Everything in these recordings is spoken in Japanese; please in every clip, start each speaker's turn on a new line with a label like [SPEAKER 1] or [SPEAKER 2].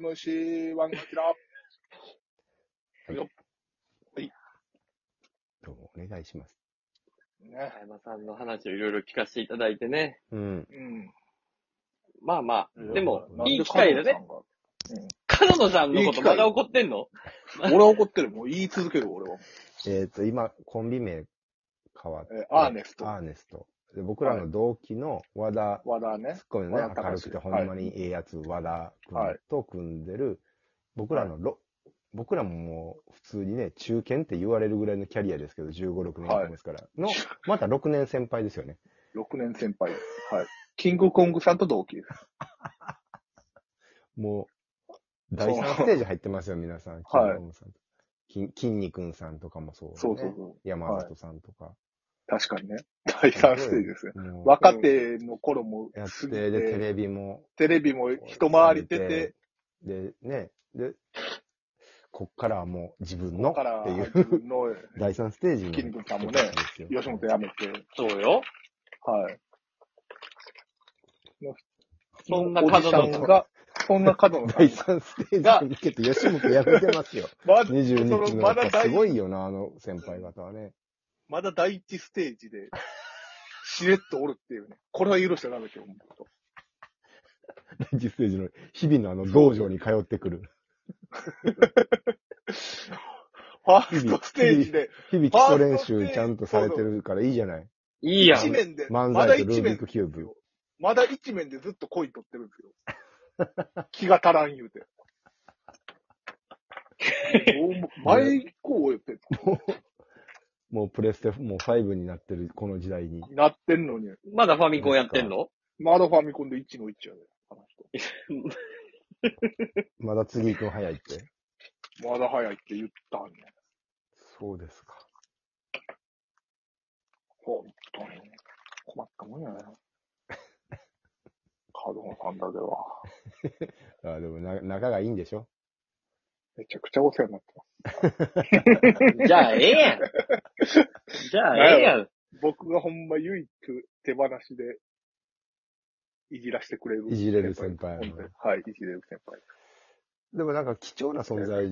[SPEAKER 1] MC1 がきら。
[SPEAKER 2] はい
[SPEAKER 1] よはい。
[SPEAKER 2] どうもお願いします。
[SPEAKER 1] ね。
[SPEAKER 3] 加山さんの話をいろいろ聞かせていただいてね。
[SPEAKER 2] うん。
[SPEAKER 1] うん。
[SPEAKER 3] まあまあ、でも、いい機会だね。
[SPEAKER 1] な
[SPEAKER 3] カノノさんのことまだ怒ってんの
[SPEAKER 1] んで彼女さんが。俺は怒ってる。もう言い続ける、俺は。
[SPEAKER 2] えっ、と、今、コンビ名変わって、
[SPEAKER 1] えアーネスト
[SPEAKER 2] アーネスト。で僕らの同期の和田、
[SPEAKER 1] 和田ね
[SPEAKER 2] ツッ。コミのね
[SPEAKER 1] 和、田
[SPEAKER 2] 明る
[SPEAKER 1] 隆
[SPEAKER 2] くてほんまにええやつ、和田君と組んでる、僕らのろ、僕らももう普通にね、中堅って言われるぐらいのキャリアですけど、15、6年間ですから、の、また6年先輩ですよね。
[SPEAKER 1] 6年先輩です。はい。キングコングさんと同期です。
[SPEAKER 2] もう、第3ステージ入ってますよ、皆さ
[SPEAKER 1] はい
[SPEAKER 2] ん。キングコングさんとき筋肉んさんとかもそう、ね。
[SPEAKER 1] そうそうそう。
[SPEAKER 2] 山里さんとか。
[SPEAKER 1] 確かにね。第3ステージですね。
[SPEAKER 2] もう
[SPEAKER 1] 若手の頃も
[SPEAKER 2] やっ
[SPEAKER 1] 過
[SPEAKER 2] て、
[SPEAKER 1] ぎ
[SPEAKER 2] で、テ
[SPEAKER 1] て、
[SPEAKER 2] レビも。
[SPEAKER 1] テレビも一回り出て、。
[SPEAKER 2] で、ね、で、こっからはもう自分の
[SPEAKER 1] だから
[SPEAKER 2] ってい
[SPEAKER 1] 自
[SPEAKER 2] う、
[SPEAKER 1] 分の
[SPEAKER 2] 第3ステージの
[SPEAKER 1] 筋肉さんも ね
[SPEAKER 2] ですよ
[SPEAKER 1] 吉本辞めて、
[SPEAKER 3] そうよ。
[SPEAKER 1] はい。
[SPEAKER 3] そんなカノ
[SPEAKER 1] おじ
[SPEAKER 3] ノさ
[SPEAKER 1] さん
[SPEAKER 3] ん。
[SPEAKER 1] が、そんな角野さ
[SPEAKER 2] 第
[SPEAKER 1] ん。
[SPEAKER 2] 3ステージに向けて吉本やめてますよ。
[SPEAKER 1] まだ、そ
[SPEAKER 2] 22
[SPEAKER 1] の
[SPEAKER 2] 期の
[SPEAKER 1] まだ
[SPEAKER 2] やっぱす
[SPEAKER 1] 第
[SPEAKER 2] ごいよな、あの先輩方はね。
[SPEAKER 1] まだ第一ステージで、しれっとおるっていうね。これは許しちゃダメって思うと。
[SPEAKER 2] 第1ステージの日々のあの道場に通ってくる。
[SPEAKER 1] ファーストステージで、
[SPEAKER 2] 日々基礎練習ちゃんとされてるからいいじゃない。
[SPEAKER 3] いいやん。
[SPEAKER 1] 一面で、
[SPEAKER 2] 漫
[SPEAKER 1] まだ
[SPEAKER 2] 才とル
[SPEAKER 1] 一
[SPEAKER 2] ービッ
[SPEAKER 1] 面
[SPEAKER 2] ク、キューブ。
[SPEAKER 1] まだ一面でずっと恋取ってるんですよ。気が足らん言うて。もう前こう言って、
[SPEAKER 2] もうプレステもう5になってるこの時代に。
[SPEAKER 1] なってんのに、
[SPEAKER 3] まだファミコンやってんの
[SPEAKER 1] まだファミコンで1の1やで、あの人。
[SPEAKER 2] まだ次行くの早いって。
[SPEAKER 1] まだ早いって言ったんね。
[SPEAKER 2] そうですか。
[SPEAKER 1] 本当に。困ったもんやね。カドンさんだけは。
[SPEAKER 2] あでもな、仲がいいんでしょ
[SPEAKER 1] めちゃくちゃお世話になってます。
[SPEAKER 3] じゃあ、ええ やん。じゃあ、ええやん。
[SPEAKER 1] 僕がほんま唯一手放しで、いじらしてくれる。
[SPEAKER 2] いじれる先輩
[SPEAKER 1] 本当にはい、いじれる先輩。
[SPEAKER 2] でもなんか貴重な 存在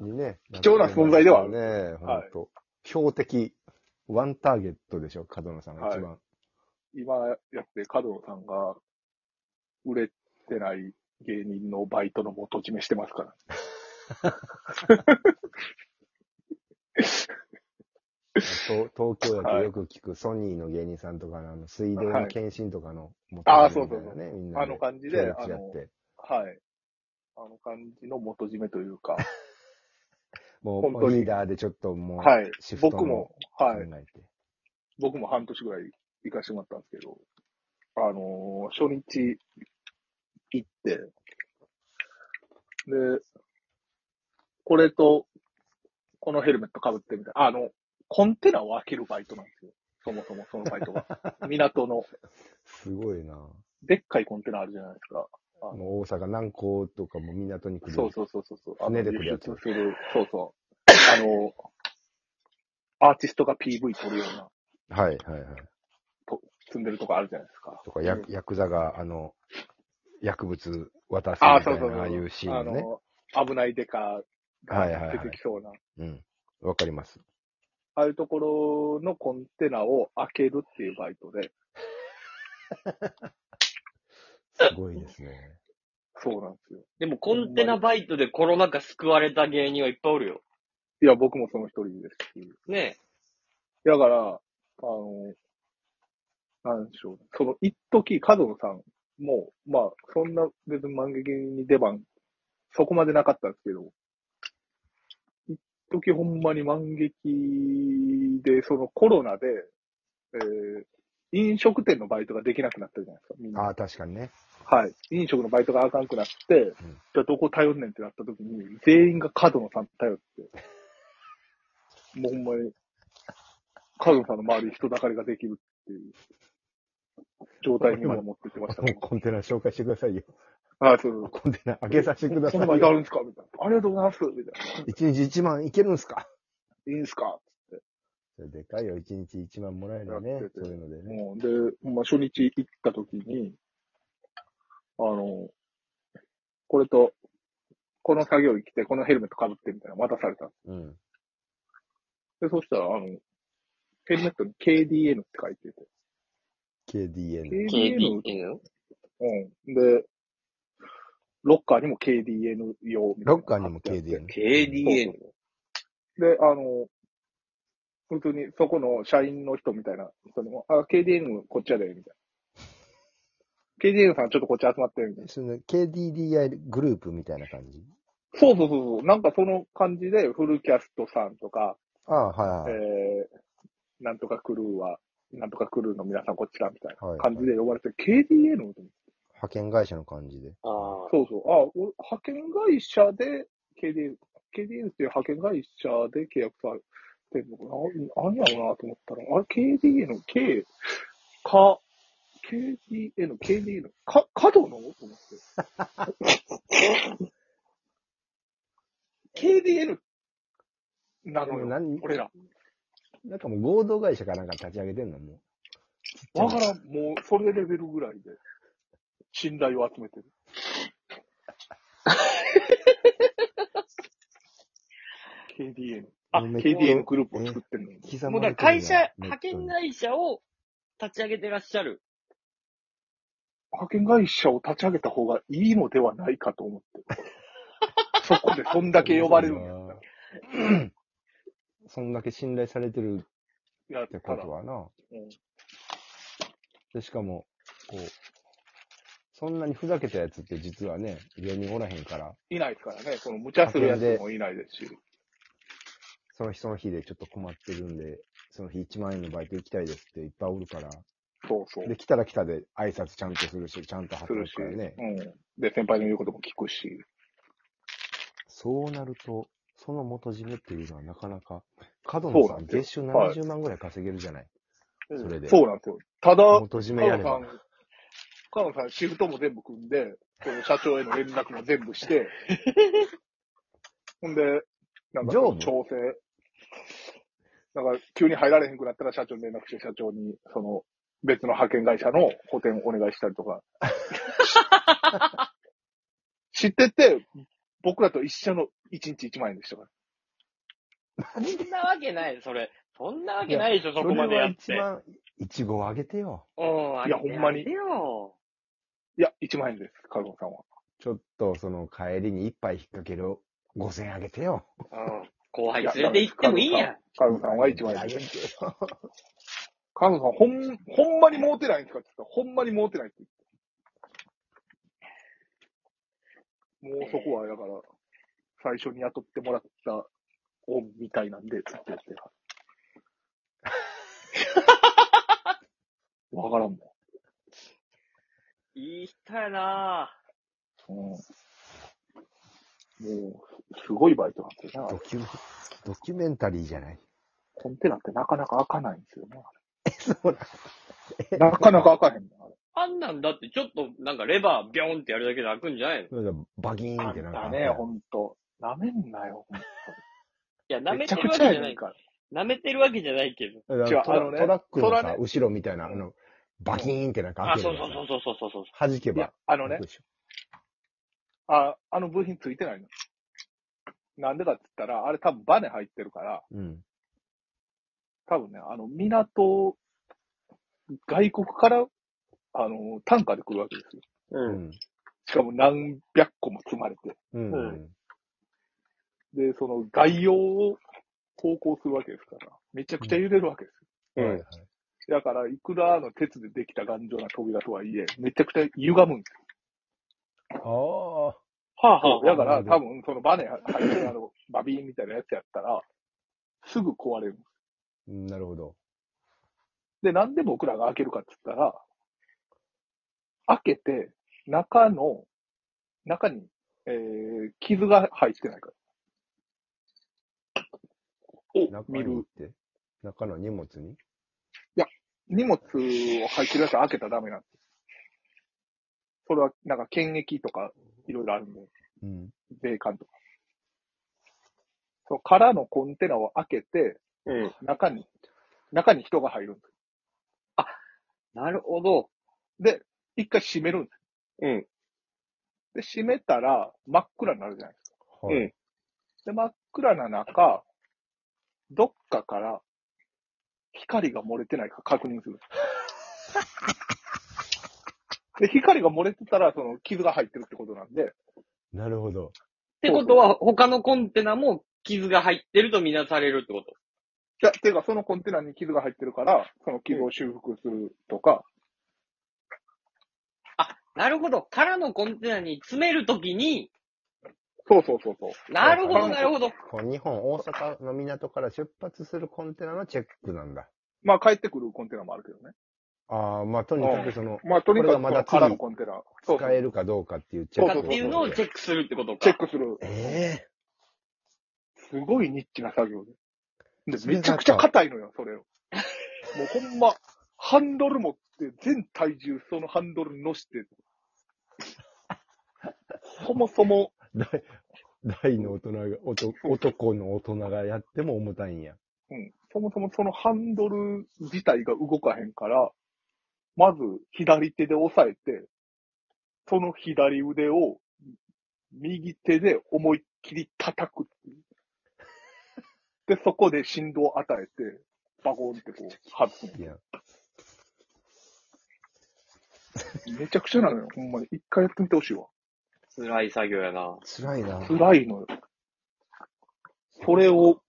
[SPEAKER 2] にね。
[SPEAKER 1] 貴重な存在ではある
[SPEAKER 2] ね、
[SPEAKER 1] は
[SPEAKER 2] 本
[SPEAKER 1] い
[SPEAKER 2] 当、標的、ワンターゲットでしょ、角野さんが一番。
[SPEAKER 1] 今やって、カドンさんが、売れてない芸人のバイトの元締めしてますから。
[SPEAKER 2] 東東京だとよく聞くソニーの芸人さんとかのあの水道の検診とかの元
[SPEAKER 1] ああ
[SPEAKER 2] 締めみたいなね、みんな
[SPEAKER 1] あ
[SPEAKER 2] で
[SPEAKER 1] の感じ
[SPEAKER 2] 協
[SPEAKER 1] で、
[SPEAKER 2] 力
[SPEAKER 1] あ
[SPEAKER 2] し合
[SPEAKER 1] の
[SPEAKER 2] っ、て。
[SPEAKER 1] はい。あの感じの元締めという か、
[SPEAKER 2] もう
[SPEAKER 1] 本当に
[SPEAKER 2] リーダーでちょっともう、
[SPEAKER 1] はい
[SPEAKER 2] シ。フト
[SPEAKER 1] 僕も、
[SPEAKER 2] 考
[SPEAKER 1] はい。
[SPEAKER 2] えて。
[SPEAKER 1] 僕も半年ぐらい行かしてもらったんですけど、あのー初日行って、で、これと、このヘルメット被ってみたいな、あの、コンテナを開けるバイトなんですよ。そもそもそのバイト が。港の、
[SPEAKER 2] すごいな。
[SPEAKER 1] でっかいコンテナあるじゃないですか。
[SPEAKER 2] もう大阪、南港とかも港に来る。
[SPEAKER 1] そうそうそうそうそう。あの
[SPEAKER 2] 船で来るやつ
[SPEAKER 1] 輸出する。そうそう。あの、アーティストが PV 撮るような、
[SPEAKER 2] はいはいはい。
[SPEAKER 1] 積んでるとこあるじゃないですか。
[SPEAKER 2] とか、やヤクザが、あの、薬物渡すみ
[SPEAKER 1] あ
[SPEAKER 2] た
[SPEAKER 1] あ、そう
[SPEAKER 2] い
[SPEAKER 1] そうそう。
[SPEAKER 2] な、ああいうシーンね。
[SPEAKER 1] あの、危ないデカ
[SPEAKER 2] はいはいは
[SPEAKER 1] が
[SPEAKER 2] い
[SPEAKER 1] 出てきそうな。
[SPEAKER 2] うん。わかります。
[SPEAKER 1] ああいうところのコンテナを開けるっていうバイトで、
[SPEAKER 2] すごいですね。
[SPEAKER 1] そうなんですよ。
[SPEAKER 3] でも、コンテナバイトでコロナ禍救われた芸人はいっぱいおるよ。
[SPEAKER 1] いや、僕もその一人ですし。
[SPEAKER 3] ね
[SPEAKER 1] だから、あの、なんでしょうね。その、一時角野さんも、まあ、そんな別に漫画芸人に出番、そこまでなかったんですけど、一時ほんまに漫劇で、そのコロナで、えー飲食店のバイトができなくなったじゃないですか、みんな。
[SPEAKER 2] ああ、確かにね。
[SPEAKER 1] はい。飲食のバイトがあかんくなって、じゃあどこ頼んねんってなった時に、全員が角野さん頼って、もうほんまに、角野さんの周りに人だかりができるっていう、状態にまで持ってってました
[SPEAKER 2] もう
[SPEAKER 1] ね。
[SPEAKER 2] コンテナ紹介してくださいよ。
[SPEAKER 1] ああ、そうそう。
[SPEAKER 2] コンテナ開けさせてくだ
[SPEAKER 1] こ
[SPEAKER 2] さ
[SPEAKER 1] んないバイトあ
[SPEAKER 2] よ。
[SPEAKER 1] るんですかみたいな。ありがとうございますみたい
[SPEAKER 2] 一日一万いけるんすか
[SPEAKER 1] な。いいんすか
[SPEAKER 2] それでかいよ。一日一万もらえるよ
[SPEAKER 1] や
[SPEAKER 2] ね
[SPEAKER 1] って。て
[SPEAKER 2] そういうのでね。
[SPEAKER 1] もう、で、ほんま初日行った時に、あの、これと、この作業着着て、このヘルメットかぶってみたいなの渡された。
[SPEAKER 2] うん。
[SPEAKER 1] で、そしたら、あの、ヘルメットに KDN って書いてて。
[SPEAKER 2] KDN。
[SPEAKER 1] KDN?
[SPEAKER 3] KDN?
[SPEAKER 1] うん。で、ロッカーにも KDN 用みたいなの
[SPEAKER 2] ロッカ
[SPEAKER 1] が
[SPEAKER 2] ーにも
[SPEAKER 1] 貼ってあって
[SPEAKER 2] KDN。
[SPEAKER 3] KDN。
[SPEAKER 1] で、あの、普通にそこの社員の人みたいな人にも、あ、KDN こっちやで、みたいな。KDN さんちょっとこっち集まって、みたいな。
[SPEAKER 2] その KDDI グループみたいな感じ
[SPEAKER 1] そうそうそうそう。なんかその感じで、フルキャストさんとか、
[SPEAKER 2] ああ、はいはい。
[SPEAKER 1] えー、なんとかクルーは、なんとかクルーの皆さんこっちだ、みたい
[SPEAKER 2] はい
[SPEAKER 1] な感じで呼ばれて、KDN? と思って
[SPEAKER 2] 派遣会社の感じで。
[SPEAKER 3] ああ。
[SPEAKER 1] そうそう。あ、俺派遣会社で KDN、KDN っていう派遣会社で契約されてんのかなあ何やろうなと思ったら、あれ KDN、K、か、KDN、KDN、か、角のと思って。KDN なのよ、
[SPEAKER 2] 何
[SPEAKER 1] 俺ら。
[SPEAKER 2] なんかもう合同会社かなんか立ち上げてんのもう。
[SPEAKER 1] わからん、もうそれレベルぐらいで、信頼を集めてる。KDN。あ、
[SPEAKER 2] めっちゃ
[SPEAKER 1] KDN グループを作ってるの。
[SPEAKER 2] 刻
[SPEAKER 3] も
[SPEAKER 2] ま
[SPEAKER 3] うだ
[SPEAKER 2] れ
[SPEAKER 3] から会
[SPEAKER 2] てるやん
[SPEAKER 3] 社、派遣。会社を立ち上げてらっしゃる。
[SPEAKER 1] 派遣会社を立ち上げた方がいいのではないかと思って。 そこでそんだけ呼ばれるんやったら。
[SPEAKER 2] そんだけ信頼されてる
[SPEAKER 1] やっ
[SPEAKER 2] って
[SPEAKER 1] た
[SPEAKER 2] こ
[SPEAKER 1] ら
[SPEAKER 2] と。はな。
[SPEAKER 1] うん
[SPEAKER 2] で、しかも、こう、そんなにふざけたやつって実はね、芸人おらへんから、
[SPEAKER 1] いないですからね。この無茶するやつもいないですし。
[SPEAKER 2] その日その日でちょっと困ってるんで、その日1万円のバイト行きたいですっていっぱいおるから、
[SPEAKER 1] そうそう。
[SPEAKER 2] で、来たら来たで挨拶ちゃんとするし、ちゃんと
[SPEAKER 1] する
[SPEAKER 2] 働
[SPEAKER 1] し。
[SPEAKER 2] くからね。
[SPEAKER 1] うん。で、先輩の言うことも聞くし。
[SPEAKER 2] そうなると、その元締めっていうのはなかなか、角
[SPEAKER 1] そ
[SPEAKER 2] 野
[SPEAKER 1] う
[SPEAKER 2] さ
[SPEAKER 1] なん
[SPEAKER 2] ん、
[SPEAKER 1] ですよ
[SPEAKER 2] 月収
[SPEAKER 1] はい
[SPEAKER 2] 70万ぐらい稼げるじゃない。それで
[SPEAKER 1] そうなんですよ。ただ、
[SPEAKER 2] 元締
[SPEAKER 1] カ
[SPEAKER 2] めや
[SPEAKER 1] ノ
[SPEAKER 2] れ
[SPEAKER 1] さ
[SPEAKER 2] ば
[SPEAKER 1] ん。、カノさんシフトも全部組んで、その社長への連絡も全部して、ほんで、なんか
[SPEAKER 2] 上部
[SPEAKER 1] 調整。なんか急に入られへんくなったら社長に連絡して社長に、その別の派遣会社の補填お願いしたりと か。知ってて、僕らと一緒の1日1万円でしたから。
[SPEAKER 3] そんなわけない、それ。そんなわけないでしょ、そ
[SPEAKER 2] そ
[SPEAKER 3] こまで
[SPEAKER 2] れ
[SPEAKER 3] や
[SPEAKER 2] は
[SPEAKER 3] って。
[SPEAKER 2] 一番、いちごをあげてよ。
[SPEAKER 3] うん、あ
[SPEAKER 1] いやほんまに
[SPEAKER 3] あげてよ
[SPEAKER 1] いや、1万円です、カノさんは。
[SPEAKER 2] ちょっと、その、帰りに一杯引っ掛ける5000円あげてよ。
[SPEAKER 3] うん。後輩
[SPEAKER 1] いや
[SPEAKER 3] 連れて行ってもいいやん。
[SPEAKER 1] カノさんは1万円
[SPEAKER 2] あ
[SPEAKER 1] で
[SPEAKER 2] げ
[SPEAKER 1] す
[SPEAKER 2] て。よ。
[SPEAKER 1] カノさん、ほん、ほんまに儲てないんですかって言ったら、ほんまに儲てないって言って。もうそこは、だから、最初に雇ってもらった恩みたいなんで、つって言って。 わからんも。
[SPEAKER 3] いい人やな
[SPEAKER 1] う
[SPEAKER 3] ん
[SPEAKER 1] ん。もう、すごいバイトなんですよねあ
[SPEAKER 2] ド
[SPEAKER 1] れ。
[SPEAKER 2] キュメン、ドキュメンタリーじゃない。
[SPEAKER 1] コンテナってなかなか開かないんですよね。
[SPEAKER 2] そうだ。
[SPEAKER 1] なかなか開かへんのあれ。
[SPEAKER 3] あんなんだってちょっとなんかレバービョーンってやるだけで開くんじゃないのい
[SPEAKER 2] それじゃバギーン
[SPEAKER 1] あ
[SPEAKER 2] ってなん
[SPEAKER 1] ん
[SPEAKER 2] か。
[SPEAKER 1] たね、ほんと。舐めんなよ、ほん
[SPEAKER 3] や、
[SPEAKER 1] と
[SPEAKER 3] 舐め
[SPEAKER 1] めち
[SPEAKER 3] て
[SPEAKER 1] ゃ
[SPEAKER 3] る
[SPEAKER 1] くち
[SPEAKER 3] わけじ
[SPEAKER 1] ゃ
[SPEAKER 3] ゃ
[SPEAKER 1] や
[SPEAKER 3] な
[SPEAKER 1] ねん
[SPEAKER 3] い。
[SPEAKER 1] から。
[SPEAKER 3] 舐めてるわけじゃないけど。
[SPEAKER 2] だから
[SPEAKER 1] 違う
[SPEAKER 2] トラ
[SPEAKER 1] あのね
[SPEAKER 2] トラックの
[SPEAKER 1] トラ
[SPEAKER 2] さ
[SPEAKER 1] ね、
[SPEAKER 2] 後ろみたいな、あの、バキーンってなんか
[SPEAKER 3] あ、
[SPEAKER 2] 開け
[SPEAKER 3] そ
[SPEAKER 2] る
[SPEAKER 3] う
[SPEAKER 2] やん。
[SPEAKER 3] そうそうそうそうそう。
[SPEAKER 2] 弾け
[SPEAKER 1] いや
[SPEAKER 2] ば。、
[SPEAKER 1] あのね、あ、あの部品ついてないの。なんでかって言ったら、あれ多分バネ入ってるから、
[SPEAKER 2] うん。
[SPEAKER 1] 多分ね、あの、港、外国から、あの、単価で来るわけですよ。
[SPEAKER 2] う
[SPEAKER 3] うん。
[SPEAKER 2] ん。
[SPEAKER 1] しかも何百個も積まれて。
[SPEAKER 2] うん。
[SPEAKER 3] う
[SPEAKER 2] うん
[SPEAKER 1] で、その概要を投稿するわけですから、めちゃくちゃ揺れるわけです
[SPEAKER 3] う
[SPEAKER 2] はいはい。
[SPEAKER 3] ん
[SPEAKER 1] よ。だから、いくらの鉄でできた頑丈な扉とはいえ、めちゃくちゃ歪むんですよ。
[SPEAKER 2] ああ。
[SPEAKER 3] はあはあ。
[SPEAKER 1] だから、多分、そのバネ入ってるあの、バビーンみたいなやつやったら、すぐ壊れる。
[SPEAKER 2] なるほど。
[SPEAKER 1] で、なんで僕らが開けるかって言ったら、開けて、中の、中に、えー、傷が入ってないから。を
[SPEAKER 2] 中
[SPEAKER 1] 見
[SPEAKER 2] にっ
[SPEAKER 1] る。
[SPEAKER 2] て中の荷物に
[SPEAKER 1] 荷物を入ってるやつは開けたらダメなんです。それは、なんか、検疫とか、いろいろあるんで、
[SPEAKER 2] うん。
[SPEAKER 1] 税関とか。そう、空のコンテナを開けて、
[SPEAKER 3] うん。
[SPEAKER 1] 中に、中に人が入るんです。
[SPEAKER 3] なるほど。
[SPEAKER 1] で、一回閉めるんです。
[SPEAKER 3] うん。
[SPEAKER 1] で、閉めたら、真っ暗になるじゃないですか。
[SPEAKER 2] はい
[SPEAKER 1] うんで、真っ暗な中、どっかから光が漏れてないか確認す る。で、光が漏れてたら、その、傷が入ってるってことなんで、
[SPEAKER 2] なるほど。
[SPEAKER 3] てことは、他のコンテナも傷が入ってるとみなされるってこと
[SPEAKER 1] いや、ていうか、そのコンテナに傷が入ってるから、その傷を修復するとか、
[SPEAKER 3] なるほど。空のコンテナに詰めるときに、
[SPEAKER 1] そうそうそうそう。
[SPEAKER 3] なるほ
[SPEAKER 1] は
[SPEAKER 3] ど、
[SPEAKER 1] い
[SPEAKER 3] なるほど。
[SPEAKER 2] こう日本、大阪の港から出発するコンテナのチェックなんだ。
[SPEAKER 1] まあ、帰ってくるコンテナもあるけどね。
[SPEAKER 2] ああ、まあとにかくその、
[SPEAKER 1] まあ、とにか
[SPEAKER 2] これが
[SPEAKER 1] く、
[SPEAKER 2] まだ次
[SPEAKER 1] 空のコンテナ、そうそ
[SPEAKER 2] 使え
[SPEAKER 1] う、
[SPEAKER 2] るかどうかっていうチェ
[SPEAKER 1] そう
[SPEAKER 2] ッ
[SPEAKER 3] か
[SPEAKER 2] ク
[SPEAKER 1] そ
[SPEAKER 3] っ
[SPEAKER 1] う
[SPEAKER 3] ていうのをチ
[SPEAKER 2] ェッ
[SPEAKER 3] ェックするってことか。
[SPEAKER 1] チェックする。
[SPEAKER 2] え
[SPEAKER 1] すごいニッチな作業で。
[SPEAKER 2] そ
[SPEAKER 1] で、め
[SPEAKER 2] れが
[SPEAKER 1] ちゃくちゃ硬いのよ、それを。もうほんま、ハンドル持って、全体重そのハンドルに乗して。 そもそも、
[SPEAKER 2] え大大の大人が、おと男の大人がやっても重たいんや。
[SPEAKER 1] うん、そもそもそのハンドル自体が動かへんから、まず左手で押さえて、その左腕を右手で思いっきり叩くっていう。で、そこで振動を与えて、バコンってこう、外すの。
[SPEAKER 2] いや、
[SPEAKER 1] めちゃくちゃなのよ、ほんまに。一回やってみてほしいわ。
[SPEAKER 3] 辛い作業やな。
[SPEAKER 2] 辛いな。
[SPEAKER 1] 辛いのよ。それを、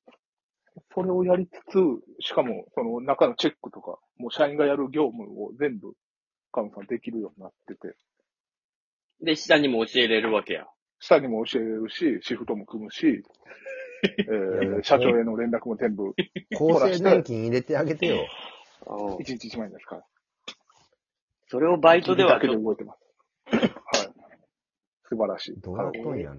[SPEAKER 1] それをやりつつ、しかも、その中のチェックとか、もう社員がやる業務を全部、カムさんできるようになってて、
[SPEAKER 3] で、下にも教えれるわけや。
[SPEAKER 1] 下にも教えるし、シフトも組むし、え
[SPEAKER 2] い や
[SPEAKER 1] ー、社長への連絡も全部、
[SPEAKER 2] 厚生年金入れてあげてよ。
[SPEAKER 3] うん
[SPEAKER 1] 一日一枚ですから。
[SPEAKER 3] それをバイトでは
[SPEAKER 1] だけで動いてます。はい。素晴らしい。
[SPEAKER 2] どうやっとんやな。